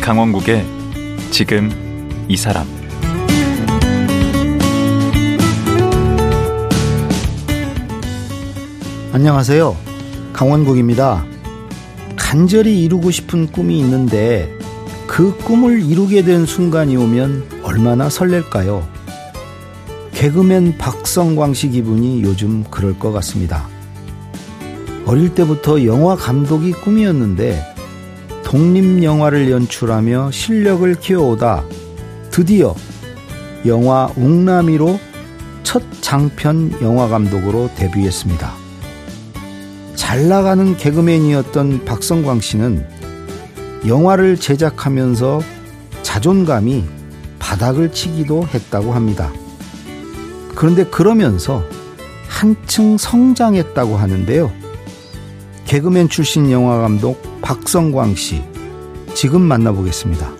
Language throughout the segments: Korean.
강원국의 지금 이 사람 안녕하세요. 강원국입니다. 간절히 이루고 싶은 꿈이 있는데 그 꿈을 이루게 된 순간이 오면 얼마나 설렐까요? 개그맨 박성광 씨 기분이 요즘 그럴 것 같습니다. 어릴 때부터 영화 감독이 꿈이었는데 독립 영화를 연출하며 실력을 키워오다 드디어 영화 웅남이로 첫 장편 영화 감독으로 데뷔했습니다. 잘 나가는 개그맨이었던 박성광 씨는 영화를 제작하면서 자존감이 바닥을 치기도 했다고 합니다. 그런데 그러면서 한층 성장했다고 하는데요. 개그맨 출신 영화 감독 박성광 씨 지금 만나보겠습니다.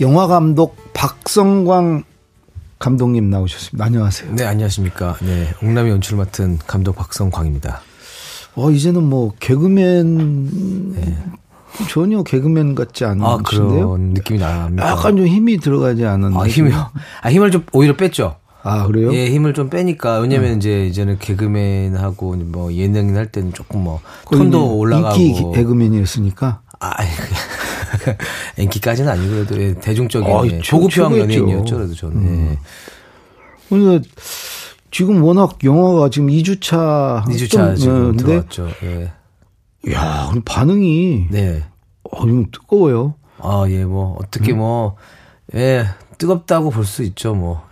영화 감독 박성광 감독님 나오셨습니다. 안녕하세요. 네, 안녕하십니까. 네, 옥남이 연출 맡은 감독 박성광입니다. 어, 이제는 뭐 개그맨 예. 전혀 개그맨 같지 않은 아, 분인데요. 그런 느낌이 납니다. 약간 좀 힘이 들어가지 않은 아, 느낌? 힘이요? 아, 힘을 좀 오히려 뺐죠. 아 그래요? 음. 예, 힘을 좀 빼니까 왜냐면 이제 이제는 개그맨하고 뭐 예능인 할 때는 조금 뭐 거의 톤도 올라가고 인기 개그맨이었으니까 아, 아니, 그냥 인기까지는 아니고 그래도 예, 대중적인 어, 예, 최고- 고급형 최고였죠. 음. 연예인이었죠, 그래도 저는. 예. 오늘 지금 워낙 영화가 지금 2주차 2주차 지금 아, 근데 들어왔죠. 예. 야 그럼 반응이 네. 어, 좀 뜨거워요. 아, 예, 뭐, 음. 어떻게 뭐, 예, 뜨겁다고 볼 수 있죠, 뭐.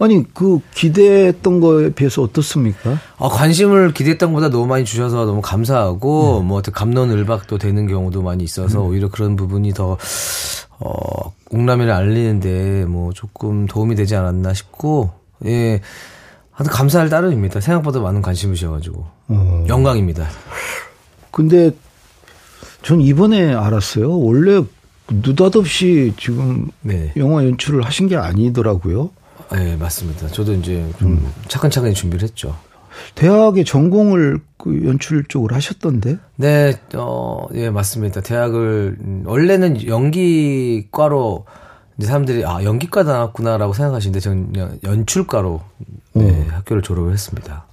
아니 그 기대했던 거에 비해서 어떻습니까? 아, 관심을 기대했던 것보다 너무 많이 주셔서 너무 감사하고, 뭐, 어떻게 감론을박도 되는 경우도 많이 있어서, 오히려 그런 부분이 더, 어, 옥남이를 알리는데, 뭐, 조금 도움이 되지 않았나 싶고, 예. 하여튼 감사할 따름입니다. 생각보다 많은 관심을 주셔가지고. 영광입니다. 어, 근데 전 이번에 알았어요. 원래 느닷없이 지금 네. 영화 연출을 하신 게 아니더라고요. 예, 맞습니다. 저도 이제 좀 차근차근 준비를 했죠. 대학에 전공을 그 연출 쪽으로 하셨던데. 네, 어, 예, 맞습니다. 대학을, 음, 원래는 연기과로, 이제 사람들이, 아, 연기과 나왔구나라고 생각하시는데, 저는 그냥 연출과로, 네, 학교를 졸업을 했습니다.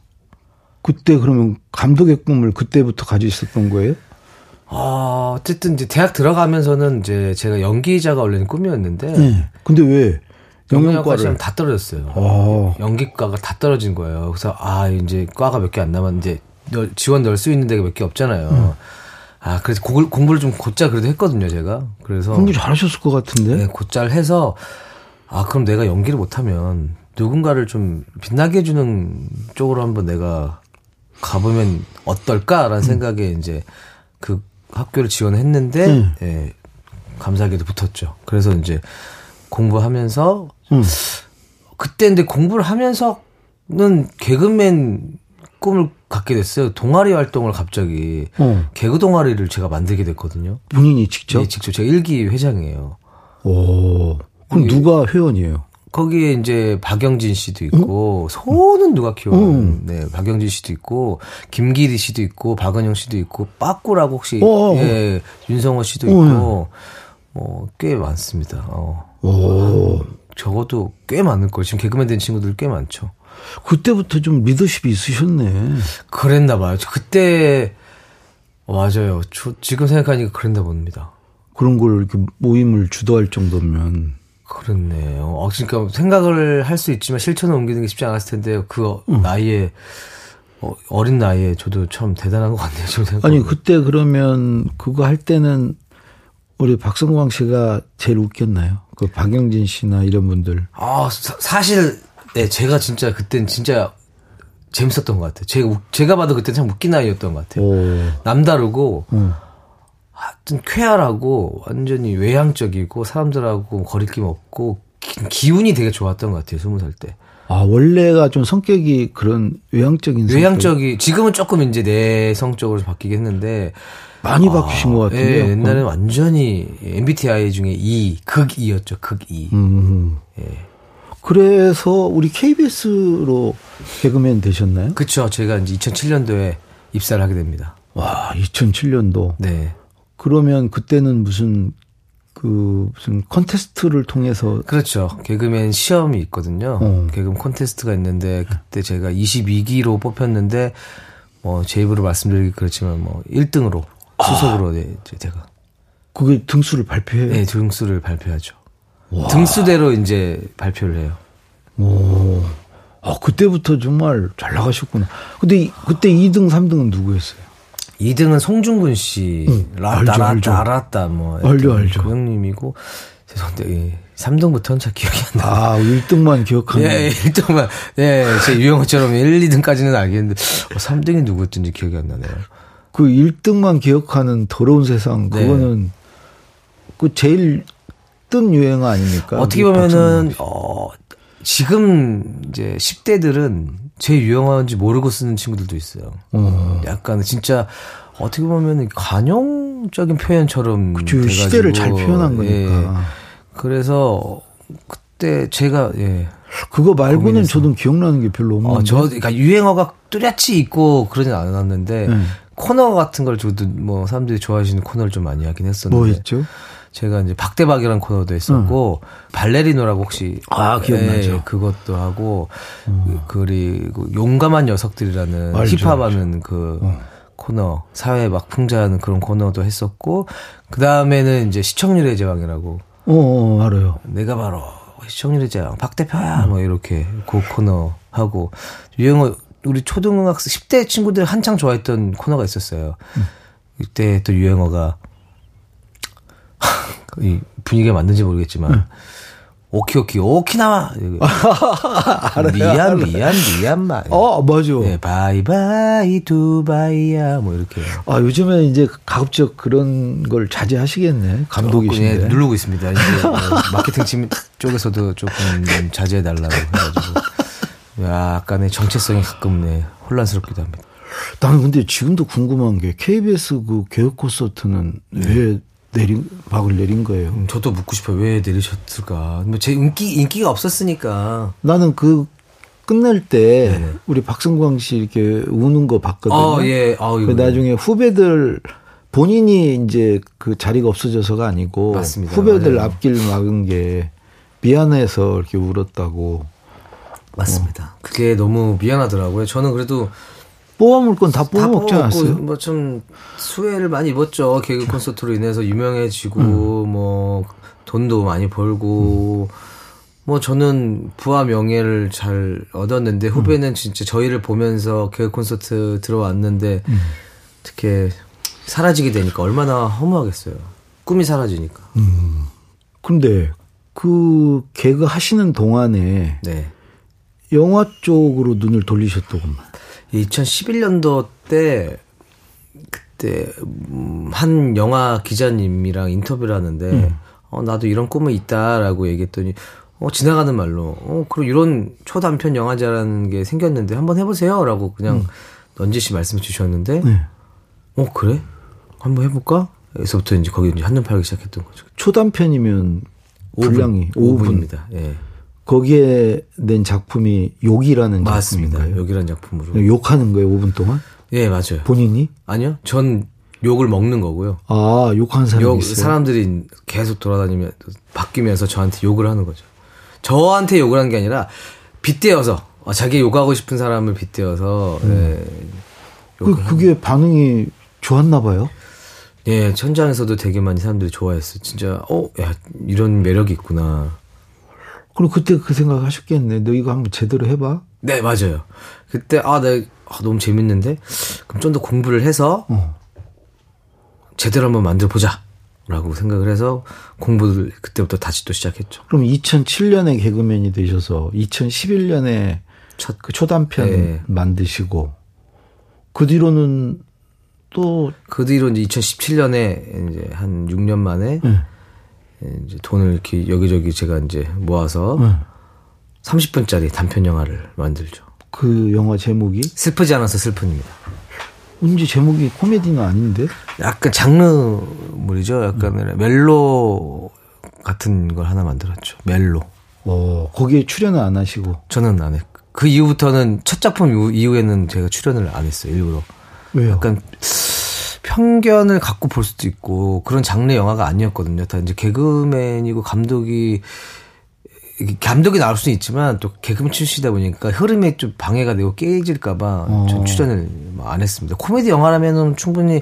그때 그러면 감독의 꿈을 그때부터 가지고 있었던 거예요? 아, 어쨌든 이제 대학 들어가면서는 이제 제가 연기자가 원래는 꿈이었는데, 네. 근데 왜 음, 영문학과 시험 영문과를? 다 떨어졌어요. 아, 연기과가 다 떨어진 거예요. 그래서 아 이제 과가 몇 개 안 남았는데 널- 지원 넣을 수 있는 데가 몇 개 없잖아요. 아 그래서 곡을- 공부를 좀 곧잘 그래도 했거든요 제가. 그래서 공부 잘하셨을 것 같은데. 네, 곧잘 해서 아 그럼 내가 연기를 못하면 누군가를 좀 빛나게 해주는 쪽으로 한번 내가 가보면 어떨까라는 생각에 이제 그 학교를 지원했는데 예, 감사하게도 붙었죠. 그래서 이제 공부하면서 그때 근데 공부를 하면서는 개그맨 꿈을 갖게 됐어요. 동아리 활동을 갑자기 어. 개그 동아리를 제가 만들게 됐거든요. 본인이 직접. 예, 직접 제가 일기 회장이에요. 오. 그럼 누가 회원이에요? 거기에 이제 박영진 씨도 있고 음? 소는 누가 키워? 네, 박영진 씨도 있고 김기리 씨도 있고 박은영 씨도 있고 빠꾸라고 혹시 어, 음. 어, 예, 윤성호 씨도 있고 어, 뭐꽤 많습니다. 어. 오. 적어도 꽤 많을 거예요. 지금 개그맨 된 친구들 꽤 많죠. 그때부터 좀 리더십이 있으셨네. 그랬나 봐요. 저 그때 맞아요. 저 지금 생각하니까 그랬나 봅니다. 그런 걸 이렇게 모임을 주도할 정도면. 그렇네요. 어, 그러니까 생각을 할 수 있지만 실천을 옮기는 게 쉽지 않았을 텐데 그 어- 음. 나이에 어, 어린 나이에 저도 참 대단한 것 같네요. 지금 생각. 아니 그때 그러면 그거 할 때는 우리 박성광 씨가 제일 웃겼나요? 그 박영진 씨나 이런 분들. 아 사, 사실 네, 제가 진짜 그땐 진짜 재밌었던 것 같아요. 제가 웃- 제가 봐도 그때 참 웃긴 나이였던 것 같아요. 남다르고 어. 하여튼 쾌활하고 완전히 외향적이고 사람들하고 거리낌 없고 기, 운이 되게 좋았던 것 같아요. 스무 살 때. 아, 원래가 좀 성격이 그런 외향적인 성격. 외향적이 지금은 조금 이제 내성적으로 바뀌긴 했는데 많이 바뀌신 것 같은데요. 음. 예, 옛날에는 완전히 MBTI 중에 E 극 E였죠. 극 E. 음. 그래서 우리 KBS로 개그맨 되셨나요? 그쵸. 제가 이제 2007년도에 입사를 하게 됩니다. 와, 2007년도. 네. 그러면 그때는 무슨 그 무슨 컨테스트를 통해서 그렇죠. 개그맨 시험이 있거든요. 어. 개그맨 콘테스트가 있는데 그때 제가 22기로 뽑혔는데 뭐 제 입으로 말씀드리기 그렇지만 뭐 1등으로 아. 수석으로 네, 이제 제가 그게 등수를 발표해요. 네, 등수를 발표하죠. 등수대로 이제 발표를 해요. 오. 아, 그때부터 정말 잘 나가셨구나. 근데 이- 그때 2등, 3등은 누구였어요? 2등은 송중근 씨. 라따 알죠, 라 알죠. 따라따뭐 알죠, 알죠. 그 형님이고 죄송한데 예. 3등부터는 잘 기억이 안 나. 아, 1등만 예, 기억하는. 예, 1등만. 예, 제 유형처럼 1, 2등까지는 알겠는데 어, 3등이 누구였든지 기억이 안 나네요. 그 1등만 기억하는 더러운 세상 네. 그거는 그 제일 뜬 유행 아닙니까? 어떻게 우리 보면은 어 지금 이제 10대들은 제 유형화인지 모르고 쓰는 친구들도 있어요. 어. 약간 진짜 어떻게 보면은 관용적인 표현처럼 그쵸, 돼가지고, 시대를 잘 표현한 예. 거니까. 그래서 그때 제가 예. 그거 말고는 고민했어. 저도 기억나는 게 별로 없는데. 어, 저 그러니까 유행어가 뚜렷이 있고 그러진 않았는데 네. 코너 같은 걸 저도 뭐 사람들이 좋아하시는 코너를 좀 많이 하긴 했었는데 뭐였죠? 제가 이제 박대박이라는 코너도 했었고 발레리노라고 혹시 음. 아, 기억나죠. 음. 예, 그것도 하고 그리고 용감한 녀석들이라는 알죠, 어. 힙합하는 그 코너 사회 막 풍자하는 그런 코너도 했었고 그 다음에는 이제 시청률의 제왕이라고 어, 어, 알아요. 내가 바로 시청률의 제왕 박 대표야 뭐 이렇게 그 코너 하고 유행어 우리 초등학생 10대 친구들 한창 좋아했던 코너가 있었어요. 그때 또 유행어가 이 분위기가 맞는지 모르겠지만 오키오키 오키나와 미안 미안 미안 마 어, 맞아. 예, 바이바이 두바이야 뭐 이렇게 아, 요즘에 이제 가급적 그런 걸 자제하시겠네. 예, 감독이신데. 누르고 있습니다. 이제 어, 마케팅 팀 쪽에서도 조금 좀 자제해달라고 해가지고 약간의 정체성이 가끔 네, 혼란스럽기도 합니다. 나는 근데 지금도 궁금한 게 KBS 그 개혁 콘서트는 네. 왜 내린 박을 내린 거예요? 음, 저도 묻고 싶어요. 왜 내리셨을까? 뭐 제 인기 인기가 없었으니까. 나는 그 끝날 때 우리 박승광 씨 이렇게 우는 거 봤거든요. 어, 예. 네. 아우, 그 이거. 나중에 후배들 본인이 이제 그 자리가 없어져서가 아니고 맞습니다. 네. 후배들 맞아요. 앞길 막은 게 미안해서 이렇게 울었다고 맞습니다. 그게 너무 미안하더라고요. 저는 그래도 뽑아먹을 건 다 다뭐 뽑아먹지 않았어요? 뭐좀 수혜를 많이 입었죠. 개그 콘서트로 인해서 유명해지고 음. 뭐 돈도 많이 벌고 음. 뭐 저는 부하 명예를 잘 얻었는데 음. 후배는 진짜 저희를 보면서 개그 콘서트 들어왔는데 음. 어떻게 사라지게 되니까 얼마나 허무하겠어요. 꿈이 사라지니까. 음. 근데 그 개그 하시는 동안에 네. 영화 쪽으로 눈을 돌리셨더구만. 2011년도 때 그때 음, 한 영화 기자님이랑 인터뷰를 하는데 음. 어 나도 이런 꿈이 있다라고 얘기했더니 어 지나가는 말로 어 그리고 이런 초단편 영화제라는 게 생겼는데 한번 해보세요라고 음. 그냥 넌지시 말씀 주셨는데 네. 어 그래 한번 해볼까? 그래서부터 이제 거기 이제 한눈 팔기 시작했던 거죠. 초단편이면 분량이 5분. 5분입니다. 예 거기에 낸 작품이 욕이라는 맞습니다. 작품인가요? 네. 여기란 작품으로 욕하는 거예요, 5분 동안? 예 맞아요. 본인이? 아니요 전 욕을 먹는 거고요. 아, 욕하는 사람이 욕, 있어요. 사람들이 계속 돌아다니면 바뀌면서 저한테 욕을 하는 거죠. 저한테 욕을 한 게 아니라 빗대어서 어, 자기 욕하고 싶은 사람을 빗대어서 그, 그게 반응이 좋았나 봐요. 예, 예, 천장에서도 되게 많이 사람들이 좋아했어요. 진짜 어야 이런 매력이 있구나. 그럼 그때 그 생각 하셨겠네. 너 이거 한번 제대로 해봐. 네 맞아요. 그때 아 나 너무 재밌는데 그럼 좀 더 공부를 해서 어. 제대로 한번 만들어 보자라고 생각을 해서 공부를 그때부터 다시 또 시작했죠. 그럼 2007년에 개그맨이 되셔서 2011년에 첫- 그 초단편 예. 만드시고 그 뒤로는 또 그 뒤로 이제 2017년에 이제 한 6년 음. 네, 예, 네. 만에 이제 돈을 이렇게 여기저기 제가 이제 모아서 30분짜리 단편 영화를 만들죠. 그 영화 제목이 슬프지 않아서 슬픈입니다. 왠지 제목이 코미디는 아닌데 약간 장르물이죠. 약간 멜로 같은 걸 하나 만들었죠. 멜로. 어, 거기에 출연은 안 하시고 저는 안 했고. 그 이후부터는 첫 작품 이후- 이후에는 제가 출연을 안 했어요. 일부러. 왜요? 약간 편견을 갖고 볼 수도 있고 그런 장르 영화가 아니었거든요. 다 이제 개그맨이고 감독이 이게 감독이 나올 수는 있지만 또 개그맨 출신이다 보니까 흐름에 좀 방해가 되고 깨질까봐 어. 전 출연을 뭐 안 했습니다. 코미디 영화라면은 충분히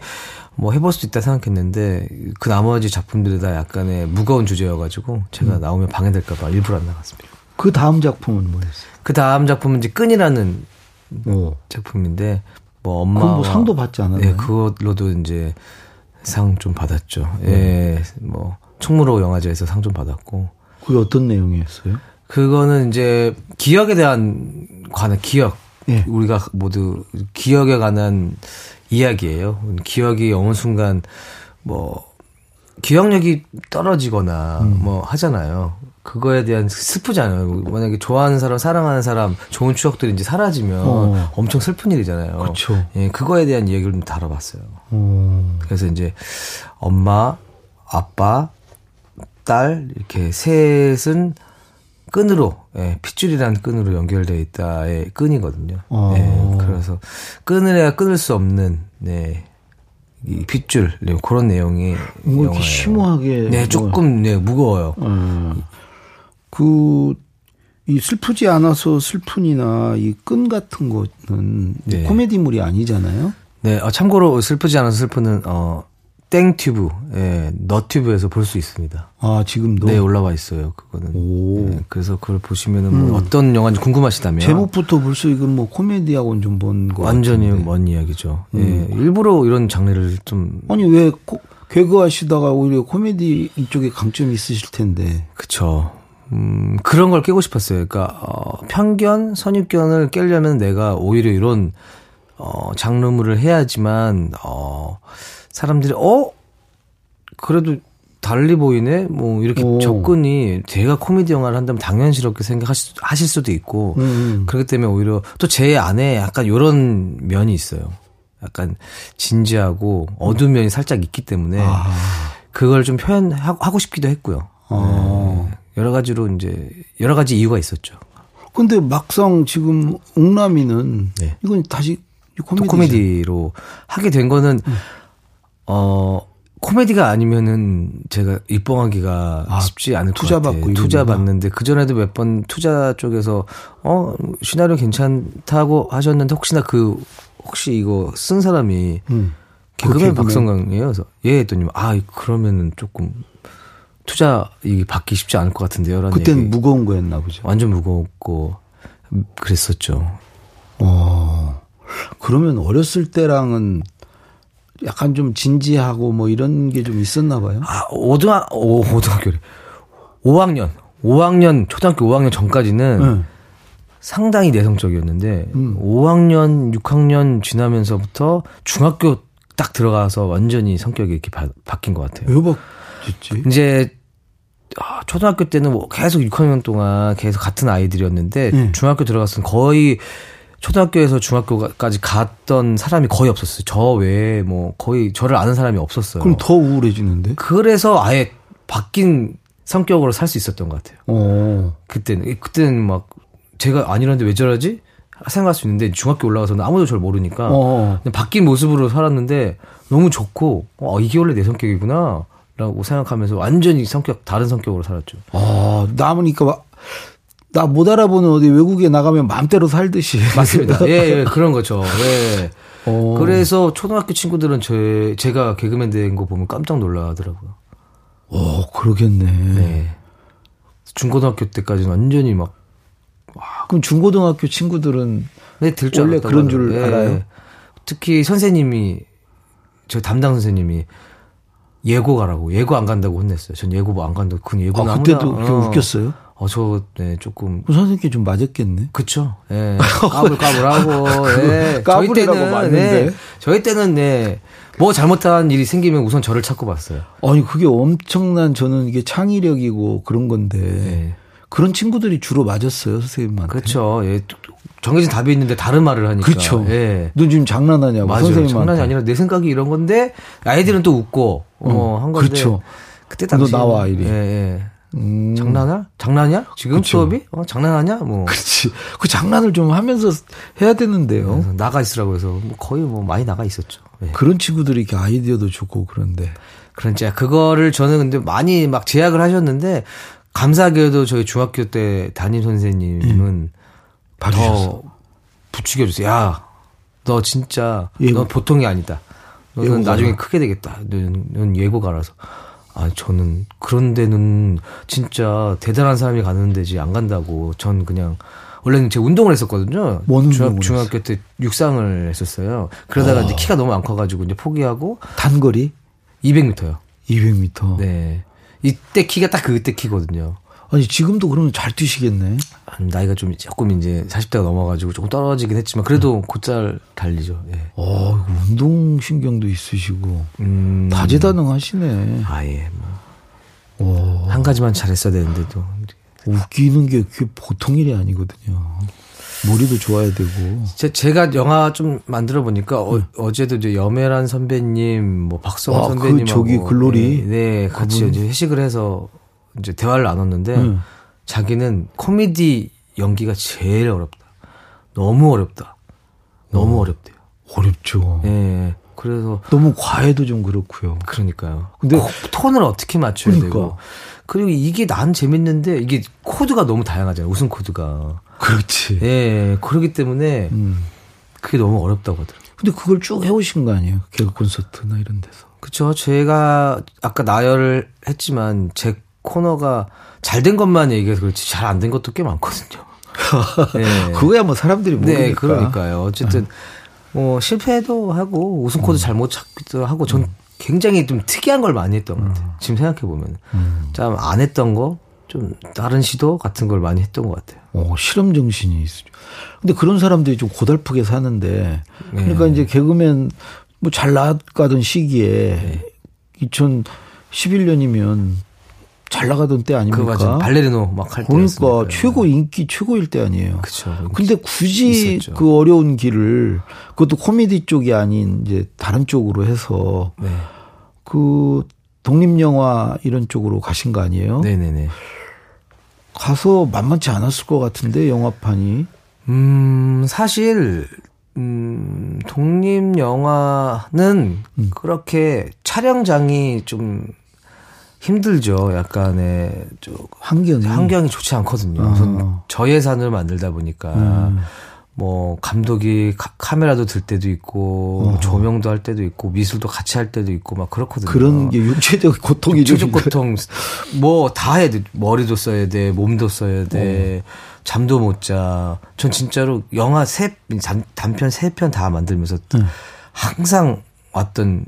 뭐 해볼 수 있다 생각했는데 그 나머지 작품들이 다 약간의 무거운 주제여가지고 음. 제가 나오면 방해될까봐 일부러 안 나갔습니다. 그 다음 작품은 뭐였어요? 그 다음 작품은 이제 끈이라는 뭐, 어. 작품인데 뭐 엄마 그건 뭐 상도 받지 않았나요? 예, 네, 그걸로도 이제 상 좀 받았죠. 네. 예, 뭐 충무로 영화제에서 상 좀 받았고 그게 어떤 내용이었어요? 그거는 이제 기억에 대한 관한 기억 예. 우리가 모두 기억에 관한 이야기예요. 기억이 어느 순간 뭐 기억력이 떨어지거나 음. 뭐 하잖아요. 그거에 대한 슬프잖아요. 만약에 좋아하는 사람, 사랑하는 사람, 좋은 추억들이 이제 사라지면 어. 그렇죠. 엄청 슬픈 일이잖아요. 그쵸. 예, 그거에 대한 이야기를 좀 다뤄봤어요. 어. 그래서 이제 엄마, 아빠, 딸 이렇게 셋은 끈으로 예, 핏줄이라는 끈으로 연결돼 있다의 끈이거든요. 어. 예, 그래서 끈을 해야 끊을 수 없는 네, 이 핏줄 네, 그런 내용이 뭐 이렇게 영화예요. 심오하게 네 뭐- 조금 네 무거워요. 음. 그, 이 슬프지 않아서 슬픈이나 이 끈 같은 거는 네. 코미디물이 아니잖아요. 네 어, 참고로 슬프지 않은 슬프는 어 땡튜브 예, 너튜브에서 볼 수 있습니다. 아, 지금도. 네 올라와 있어요 그거는. 오. 예, 그래서 그걸 보시면은 뭐 어떤 영화인지 궁금하시다면 제목부터 벌써 이건 뭐 코미디하고는 좀본거 완전히 먼 이야기죠. 음. 예, 일부러 이런 장르를 좀 아니, 왜 코, 개그하시다가 오히려 코미디 이쪽에 강점이 있으실 텐데. 그쵸. 음, 그런 걸 깨고 싶었어요. 그러니까 어, 편견, 선입견을 깨려면 내가 오히려 이런 어, 장르물을 해야지만 어, 사람들이 어 그래도 달리 보이네. 뭐 이렇게 오. 접근이 제가 코미디 영화를 한다면 당연스럽게 생각하실 하실 수도 있고 음. 그렇기 때문에 오히려 또 제 안에 약간 요런 면이 있어요. 약간 진지하고 어두운 면이 살짝 있기 때문에 아. 아. 그걸 좀 표현하고 싶기도 했고요. 네. 여러 가지로 이제 여러 가지 이유가 있었죠. 근데 막상 지금 옥남이는 네. 이건 다시 또 코미디. 코미디로 하게 된 거는 음. 어 코미디가 아니면은 제가 입봉하기가 쉽지 않을 아, 투자 것 같아요. 받고 투자 이러는구나. 받는데 그 전에도 몇 번 투자 쪽에서 어 시나리오 괜찮다고 하셨는데 혹시나 그 혹시 이거 쓴 사람이 개그맨 그 개그맨. 박성광이에요. 그래서 예 했더니 아 그러면은 조금 투자 이게 받기 쉽지 않을 것 같은데요라는 그때는 얘기. 무거운 거였나 보죠. 완전 무거웠고 그랬었죠. 어. 그러면 어렸을 때랑은 약간 좀 진지하고 뭐 이런 게 좀 있었나 봐요. 아, 오등학, 오, 오등학교래. 5학년. 5학년, 초등학교 5학년 전까지는 네. 상당히 내성적이었는데, 음. 5학년, 6학년 지나면서부터 중학교 딱 들어가서 완전히 성격이 이렇게 바, 뀐것 같아요. 왜 바뀌었지? 이제, 아, 초등학교 때는 뭐 계속 6학년 동안 계속 같은 아이들이었는데, 네. 중학교 들어갔을 때 거의 초등학교에서 중학교까지 갔던 사람이 거의 없었어요. 저 외에 뭐 거의 저를 아는 사람이 없었어요. 그럼 더 우울해지는데? 그래서 아예 바뀐 성격으로 살 수 있었던 것 같아요. 어. 그때는 그때는 막 제가 아니라는데 왜 저러지? 생각할 수 있는데 중학교 올라가서는 아무도 저를 모르니까 어. 그냥 바뀐 모습으로 살았는데 너무 좋고 어, 이게 원래 내 성격이구나. 라고 생각하면서 완전히 성격 다른 성격으로 살았죠. 아, 남으니까 나 못 알아보는 어디 외국에 나가면 마음대로 살듯이. 맞습니다. 예, 예, 그런 거죠. 예. 어. 그래서 초등학교 친구들은 제 제가 개그맨 된 거 보면 깜짝 놀라더라고요. 어, 그러겠네. 예. 중고등학교 때까지는 완전히 막 아, 그럼 중고등학교 친구들은 네, 들줄 원래 알았다고 그런 줄 하더라고요. 네. 알아요? 특히 선생님이 저 담당 선생님이 예고 가라고 예고 안 간다고 혼냈어요. 전 예고 뭐 안 간다고 그 예고 아, 그때도 그렇게 웃겼어요? 어저 네, 조금 그럼 선생님께 좀 맞았겠네. 그쵸. 예. 까불까불하고. 예. 저희 그 까불이라고 뭐 때는 맞는데. 네, 저희 때는 네. 뭐 잘못한 일이 생기면 우선 저를 찾고 봤어요. 아니, 그게 엄청난 저는 이게 창의력이고 그런 건데. 네. 그런 친구들이 주로 맞았어요 선생님한테. 그렇죠. 예. 정해진 답이 있는데 다른 말을 하니까. 그렇죠. 예. 너 지금 장난하냐고 맞아요. 뭐 선생님한테. 장난이 아니라 내 생각이 이런 건데 아이들은 또 웃고 어, 한 건데. 그렇죠. 그때 너 당시 나와, 이래. 예, 예. 장난아? 장난이야? 지금 수업이? 어, 장난하냐? 뭐 그렇지. 그 장난을 좀 하면서 해야 되는데요. 그래서 나가 있으라고 해서 뭐 거의 뭐 많이 나가 있었죠. 예. 그런 친구들이 이렇게 아이디어도 주고 그런데. 그런지 그거를 저는 근데 많이 막 제약을 하셨는데 감사하게도 저희 중학교 때 담임 음. 선생님은 더 부추겨 주세요. 야, 너 진짜 너 보통이 아니다. 너는 나중에 크게 되겠다. 너는, 너는 예고가라서. 아, 저는 그런 데는 진짜 대단한 사람이 가는 데지 안 간다고. 전 그냥 원래는 제가 운동을 했었거든요. 뭔 운동을 아. 중학, 중학교 때 육상을 했었어요. 그러다가 이제 키가 너무 안 커가지고 이제 포기하고 단거리 200m요. 200m. 네. 이때 키가 딱 그때 키거든요. 아니 지금도 그러면 잘 뛰시겠네. 아, 나이가 좀 조금 이제 40대가 넘어가지고 조금 떨어지긴 했지만 음. 그래도 곧잘 달리죠. 예. 어, 이거 운동 신경도 있으시고 음. 다재다능하시네. 아예 뭐. 오, 한 가지만 잘했어야 되는데 또. 웃기는 게 그게 보통 일이 아니거든요. 머리도 좋아야 되고. 제, 제가 영화 좀 만들어 보니까 어, 어제도 이제 염혜란 선배님, 뭐 박성호 음. 아, 그 선배님, 저기 글로리? 네, 네, 같이 이제 회식을 해서 이제 대화를 나눴는데 음. 자기는 코미디 연기가 제일 어렵다. 너무 어렵다. 너무 어렵대요. 어렵죠. 예, 예. 그래서 너무 과해도 좀 그렇고요. 그러니까요. 근데 그러니까. 톤을 어떻게 맞춰야 되고. 그리고 이게 난 재밌는데 이게 코드가 너무 다양하잖아요. 웃음 코드가. 그렇지. 예. 그렇기 때문에 그게 너무 어렵다고 하더라고요. 근데 그걸 쭉 해오신 거 아니에요? 개그 콘서트나 이런 데서. 그쵸. 제가 아까 나열을 했지만 제 코너가 잘 된 것만 얘기해서 그렇지 잘 안 된 것도 꽤 많거든요. 예. 그거야 뭐 사람들이 모르니까. 네. 네, 그러니까요. 어쨌든 뭐 실패도 하고 웃음 코드 잘못 찾기도 하고 전 음. 굉장히 좀 특이한 걸 많이 했던 것 같아요. 지금 생각해 보면 음. 참 안 했던 거 좀 다른 시도 같은 걸 많이 했던 것 같아요. 어, 실험 정신이 있으죠. 근데 그런 사람들이 좀 고달프게 사는데, 네. 그러니까 이제 개그맨 뭐 잘 나가던 시기에 네. 2011년이면 잘 나가던 때 그 아닙니까? 맞아 발레리노 막 할 때. 그러니까 최고 인기 최고일 때 아니에요. 그쵸. 근데 굳이 있었죠. 그 어려운 길을 그것도 코미디 쪽이 아닌 이제 다른 쪽으로 해서 네, 그 독립 영화 이런 쪽으로 가신 거 아니에요? 네, 네, 네. 가서 만만치 않았을 것 같은데 영화판이 음, 사실, 음, 독립 영화는 음. 그렇게 촬영장이 좀 힘들죠. 약간의 좀 환경이 음. 환경이 좋지 않거든요. 아. 우선 저예산을 만들다 보니까 음. 뭐 감독이 카, 메라도들 때도 있고 뭐 어. 조명도 할 때도 있고 미술도 같이 할 때도 있고 막 그렇거든요. 그런 게그 육체적 고통이 죠 추적 어. 고통 뭐 다 해야 돼 머리도 써야 돼 몸도 써야 돼 어. 잠도 못자전 진짜로 영화 세 단- 단편 세 편 다 만들면서 네. 항상 왔던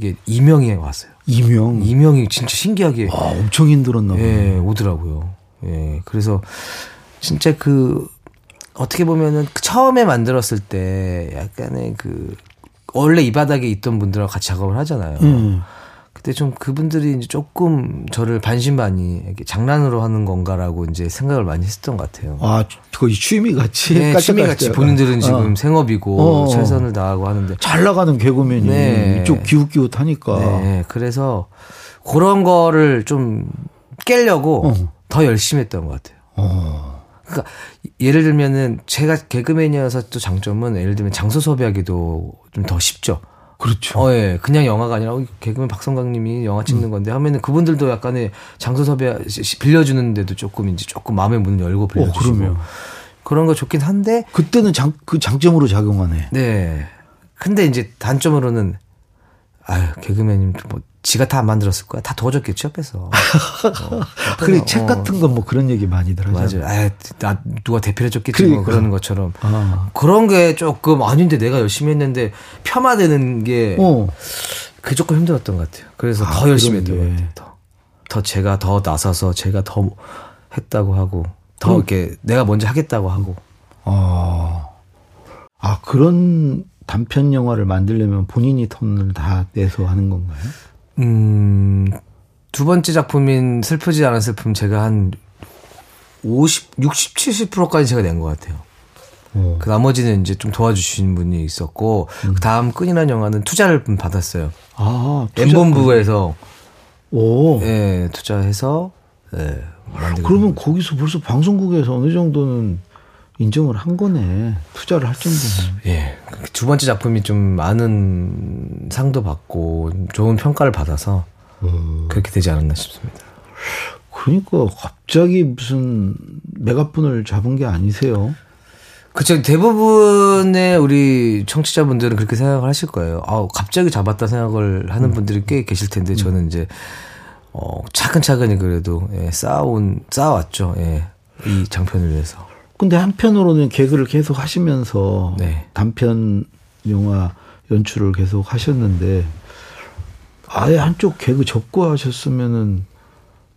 게 이명이 왔어요 이명. 이명이 진짜 신기하게 아, 엄청 힘들었나 봐요. 예, 오더라고요. 예. 그래서 진짜 그 어떻게 보면은 그 처음에 만들었을 때 약간의 그 원래 이 바닥에 있던 분들하고 같이 작업을 하잖아요. 음. 예. 그때 좀 그분들이 이제 조금 저를 반신반의 이렇게 장난으로 하는 건가라고 이제 생각을 많이 했었던 것 같아요. 아, 거의 취미 같이 네, 깔짝깔짝. 취미 같이 본인들은 지금 생업이고 어, 어. 최선을 다하고 하는데 잘 나가는 개그맨이 네. 이쪽 기웃기웃하니까 네, 그래서 그런 거를 좀 깨려고 더 열심히 했던 것 같아요. 어, 그러니까 예를 들면은 제가 개그맨이어서 또 장점은 예를 들면 장소 섭외하기도 좀 더 쉽죠. 그렇죠. 어, 예. 그냥 영화가 아니라 어, 개그맨 박성광님이 영화 음. 찍는 건데 하면은 그분들도 약간의 장소 섭외 시- 시- 빌려주는데도 조금 이제 조금 마음의 문을 열고 빌려주시고 어, 그럼요. 그런 거 좋긴 한데 그때는 장, 그 장점으로 작용하네. 네. 근데 이제 단점으로는 아유 개그맨님 뭐 지가 다 안 만들었을 거야 다 도와줬겠지 옆에서. 어, 그래 옆에서, 책 어, 같은 건 뭐 그런 얘기 많이들 하잖아요. 맞아. 아나 누가 대필해줬겠지 뭐 그러니까. 그러는 것처럼 아. 그런 게 조금 아닌데 내가 열심히 했는데 폄하되는 게 그 어. 조금 힘들었던 것 같아요. 그래서 아, 더 열심히 했던 것 그러게. 같아요. 더, 더 제가 더 나서서 제가 더 했다고 하고 더 이렇게 내가 먼저 하겠다고 하고 어. 아, 그런 단편 영화를 만들려면 본인이 돈을 다 내서 하는 건가요? 음, 두 번째 작품인 슬프지 않은 슬픔 제가 한 50, 60, 70%까지 제가 낸 것 같아요. 어. 오. 그 나머지는 이제 좀 도와주신 분이 있었고 음. 그 다음 끈이라는 영화는 투자를 좀 받았어요. 아, 엠본부에서 오. 예, 투자해서 예. 그러면 거기서 벌써 방송국에서 어느 정도는 인정을 한 거네. 투자를 할 정도는. 예. 두 번째 작품이 좀 많은 상도 받고 좋은 평가를 받아서 음. 그렇게 되지 않았나 싶습니다. 그러니까 갑자기 무슨 메가폰을 잡은 게 아니세요. 그쵸. 대부분의 우리 청취자분들은 그렇게 생각을 하실 거예요. 아, 갑자기 잡았다 생각을 하는 분들이 꽤 계실 텐데 저는 이제 어, 차근차근히 그래도 예, 쌓아온 쌓아왔죠. 예. 이 장편을 위해서. 근데 한편으로는 개그를 계속 하시면서 네. 단편 영화 연출을 계속 하셨는데 아예 한쪽 개그 접고 하셨으면은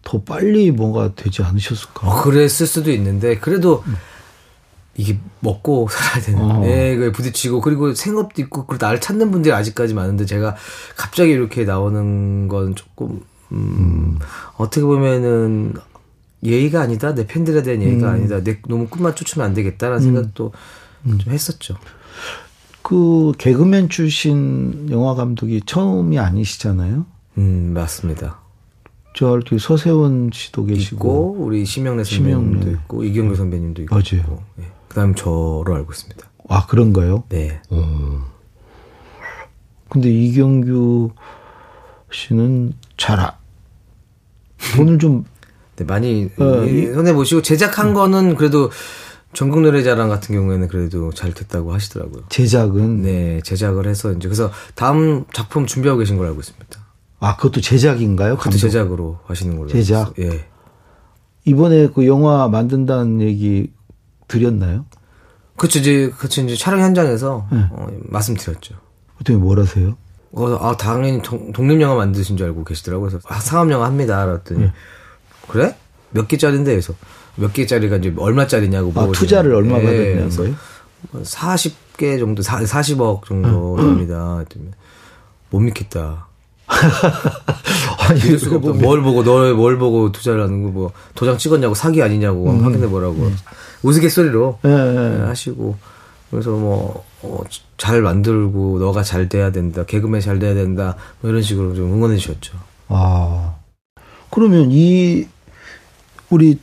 더 빨리 뭔가 되지 않으셨을까? 어, 그랬을 수도 있는데 그래도 음. 이게 먹고 살아야 되는 어. 예, 그 부딪히고 그리고 생업도 있고 그리고 나를 찾는 분들이 아직까지 많은데 제가 갑자기 이렇게 나오는 건 조금 음, 음. 어떻게 보면은 예의가 아니다 내 팬들에 대한 예의가 음. 아니다 내 너무 꿈만 쫓으면 안 되겠다라는 생각도 좀 했었죠. 그 개그맨 출신 영화 감독이 처음이 아니시잖아요. 음 맞습니다. 저 이렇게 서세원 씨도 계시고 있고, 우리 심영래 선배님도 심형래. 있고 이경규 선배님도 있고 맞아요. 예. 그다음 저로 알고 있습니다. 아 그런가요? 네. 음. 근데 이경규 씨는 잘 아, 돈을 좀 네, 많이 어, 손해 보시고 제작한 음. 거는 그래도 전국 노래자랑 같은 경우에는 그래도 잘 됐다고 하시더라고요. 제작은 네 제작을 해서 이제 그래서 다음 작품 준비하고 계신 걸 알고 있습니다. 아 그것도 제작인가요? 그것도 감독? 제작으로 하시는 걸로 제작. 예. 이번에 그 영화 만든다는 얘기 드렸나요? 그렇죠 이제 그렇죠 이제 촬영 현장에서 네. 어, 말씀드렸죠. 어떻게 뭐라세요? 어, 아 당연히 독립 영화 만드신 줄 알고 계시더라고요. 그래서 아, 상업 영화 합니다. 그랬더니 네. 그래? 몇 개짜리인데 해서 몇 개짜리가 이제 얼마짜리냐고 아, 투자를 얼마 받았냐는 예, 거예요? 40개 정도 4, 40억 정도 됩니다. 못 믿겠다. 아니, 뭐, 뭘 보고 너뭘 보고 투자를 하는 거뭐 도장 찍었냐고 사기 아니냐고 음. 확인해 보라고 음. 우스갯소리로 예, 예. 하시고 그래서 뭐 어, 잘 만들고 너가 잘 돼야 된다 개그맨 잘 돼야 된다 뭐 이런 식으로 좀 응원해 주셨죠. 아 그러면 이 우리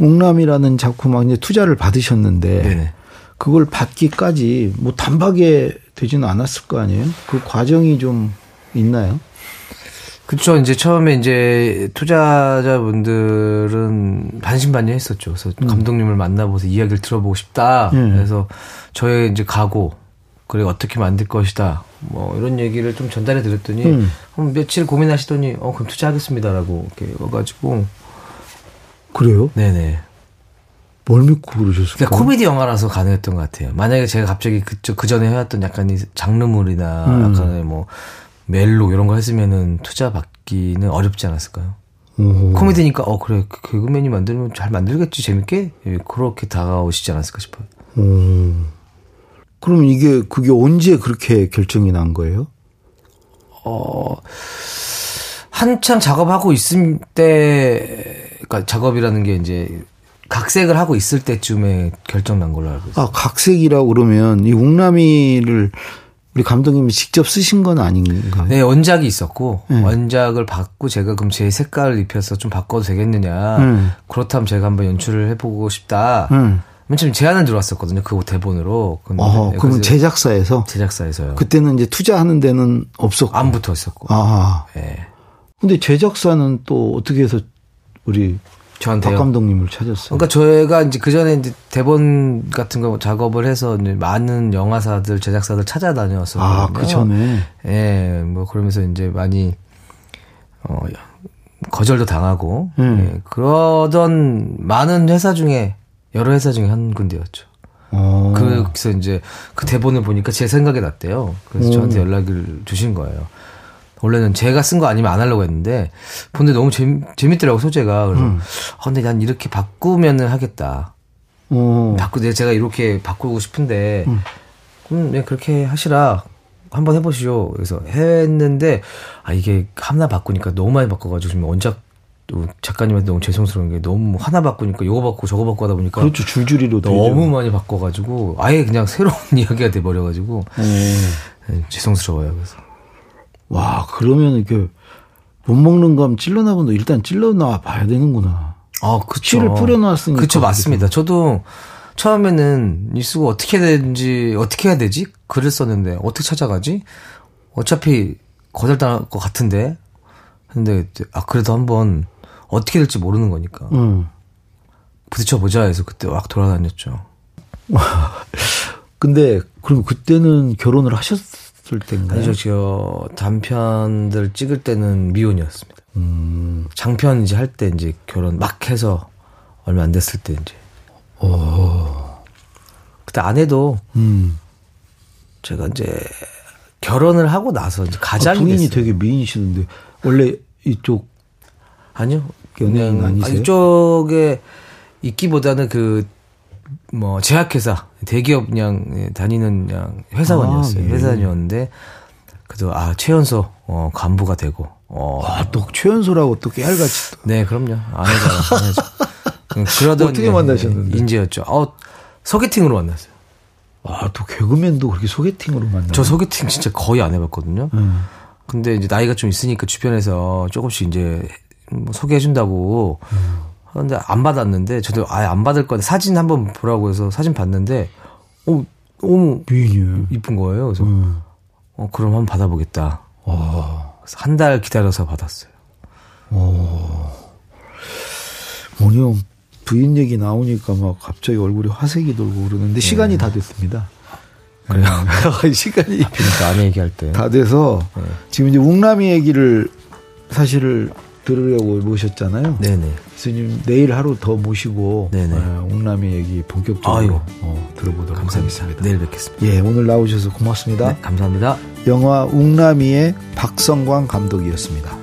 옥남이라는 작품 이제 투자를 받으셨는데 네네. 그걸 받기까지 뭐 단박에 되지는 않았을 거 아니에요? 그 과정이 좀 있나요? 그쵸. 이제 처음에 이제 투자자분들은 반신반의 했었죠. 그래서 음. 감독님을 만나보서 이야기를 들어보고 싶다. 네. 그래서 저의 이제 각오, 그리고 어떻게 만들 것이다. 뭐 이런 얘기를 좀 전달해 드렸더니 음. 한 며칠 고민하시더니 어, 그럼 투자하겠습니다라고 이렇게 와가지고. 그래요? 네네. 뭘 믿고 그러셨을까? 그러니까 코미디 영화라서 가능했던 것 같아요. 만약에 제가 갑자기 그쪽 그 전에 해왔던 약간 이 장르물이나 음. 약간의 뭐 멜로 이런 거 했으면은 투자 받기는 어렵지 않았을까요? 오. 코미디니까 어 그래 개그맨이 만들면 잘 만들겠지 재밌게 예, 그렇게 다가오시지 않았을까 싶어요. 오. 그럼 이게 그게 언제 그렇게 결정이 난 거예요? 어 한창 작업하고 있을 때, 그러니까 작업이라는 게 이제 각색을 하고 있을 때쯤에 결정 난 걸로 알고 있어요. 아 각색이라고 그러면 이 웅남이를 우리 감독님이 직접 쓰신 건 아닌가요? 네, 원작이 있었고 네. 원작을 받고 제가 그럼 제 색깔을 입혀서 좀 바꿔도 되겠느냐. 네. 음. 그렇다면 제가 한번 연출을 해보고 싶다. 네. 맨 처음 제안을 들어왔었거든요. 그 대본으로. 근데 네, 어, 그러면 제작사에서? 제작사에서요. 그때는 이제 투자하는 데는 없었고. 안 붙어 있었고. 아. 예. 근데 제작사는 또 어떻게 해서 우리 저한테요? 박 감독님을 찾았어요. 그러니까 저희가 이제 그 전에 이제 대본 같은 거 작업을 해서 많은 영화사들 제작사들 찾아다녔었거든요. 아, 그 전에. 예, 뭐 그러면서 이제 많이 어 거절도 당하고 음. 예, 그러던 많은 회사 중에 여러 회사 중에 한 군데였죠. 어. 오. 그래서 이제 그 대본을 보니까 제 생각이 났대요. 그래서 오. 저한테 연락을 주신 거예요. 원래는 제가 쓴 거 아니면 안 하려고 했는데 근데 너무 재미, 재밌더라고 소재가 그래서 음. 아, 근데 난 이렇게 바꾸면은 하겠다. 어. 음. 오. 바꾸 제가 이렇게 바꾸고 싶은데 음. 그럼 네, 그렇게 하시라 한번 해보시오. 그래서 했는데 아 이게 하나 바꾸니까 너무 많이 바꿔가지고 지금 원작 작가님한테 너무 죄송스러운 게 너무 하나 바꾸니까 요거 바꾸고 저거 바꾸고 하다 보니까 그렇죠 줄줄이로 너무 많이 바꿔가지고 아예 그냥 새로운 이야기가 돼버려가지고 어. 네, 죄송스러워요 그래서 와 그러면 이렇게 못 먹는 감 찔러나본도 일단 찔러나 봐야 되는구나. 아 그쵸 씨를 뿌려놨으니까 그쵸 맞습니다 저도 처음에는 이 쓰고 어떻게 해야 되는지 어떻게 해야 되지 글을 썼는데 어떻게 찾아가지 어차피 거절당할 것 같은데 근데 이제 아 그래도 한번 어떻게 될지 모르는 거니까 음. 부딪혀 보자 해서 그때 막 돌아다녔죠. 근데 그럼 그때는 결혼을 하셨을 때인가요? 아니죠, 저 단편들 찍을 때는 미혼이었습니다. 음. 장편 이제 할 때 이제 결혼 막 해서 얼마 안 됐을 때 이제 오. 그때 아내도 음. 제가 이제 결혼을 하고 나서 이제 아, 가장이 부인이 됐어요. 되게 미인이시는데 원래 이쪽 아니요. 연예인 그냥 아니세요? 이쪽에 있기보다는 그 뭐 제약회사 대기업 그냥 다니는 그냥 회사원이었어요. 아, 예. 회사원이었는데 그래도 아 최연소 어 간부가 되고 어 아, 또 최연소라고 또 깨알같이 네, 그럼요. 아내가 아내죠. 응, 그러던 예, 어떻게 만나셨는데? 인재였죠. 어, 소개팅으로 만났어요. 아, 와또 개그맨도 그렇게 소개팅으로 만나. 저 소개팅 진짜 거의 안 해봤거든요. 근데 이제 나이가 좀 있으니까 주변에서 조금씩 이제 뭐 소개해준다고 하는데 안 받았는데 저도 아예 안 받을 거다 사진 한번 보라고 해서 사진 봤는데 어, 너무 미인이에요. 이쁜 거예요. 그래서 어, 그럼 한번 받아보겠다. 와. 그래서 한 달 기다려서 받았어요. 뭐냐 부인 얘기 나오니까 막 갑자기 얼굴이 화색이 돌고 네. 그러는데 시간이 다 됐습니다. 그래요? 시간이 그러니까 아, 아내 네. 얘기할 때. 다 돼서 지금 이제 웅남이 얘기를 사실을 들으려고 모셨잖아요. 네네. 스님 내일 하루 더 모시고 네네. 어, 웅남이 얘기 본격적으로 아유. 어, 들어보도록 감사합니다. 네. 하겠습니다. 내일 뵙겠습니다. 예, 오늘 나오셔서 고맙습니다. 네, 감사합니다. 영화 웅남이의 박성광 감독이었습니다.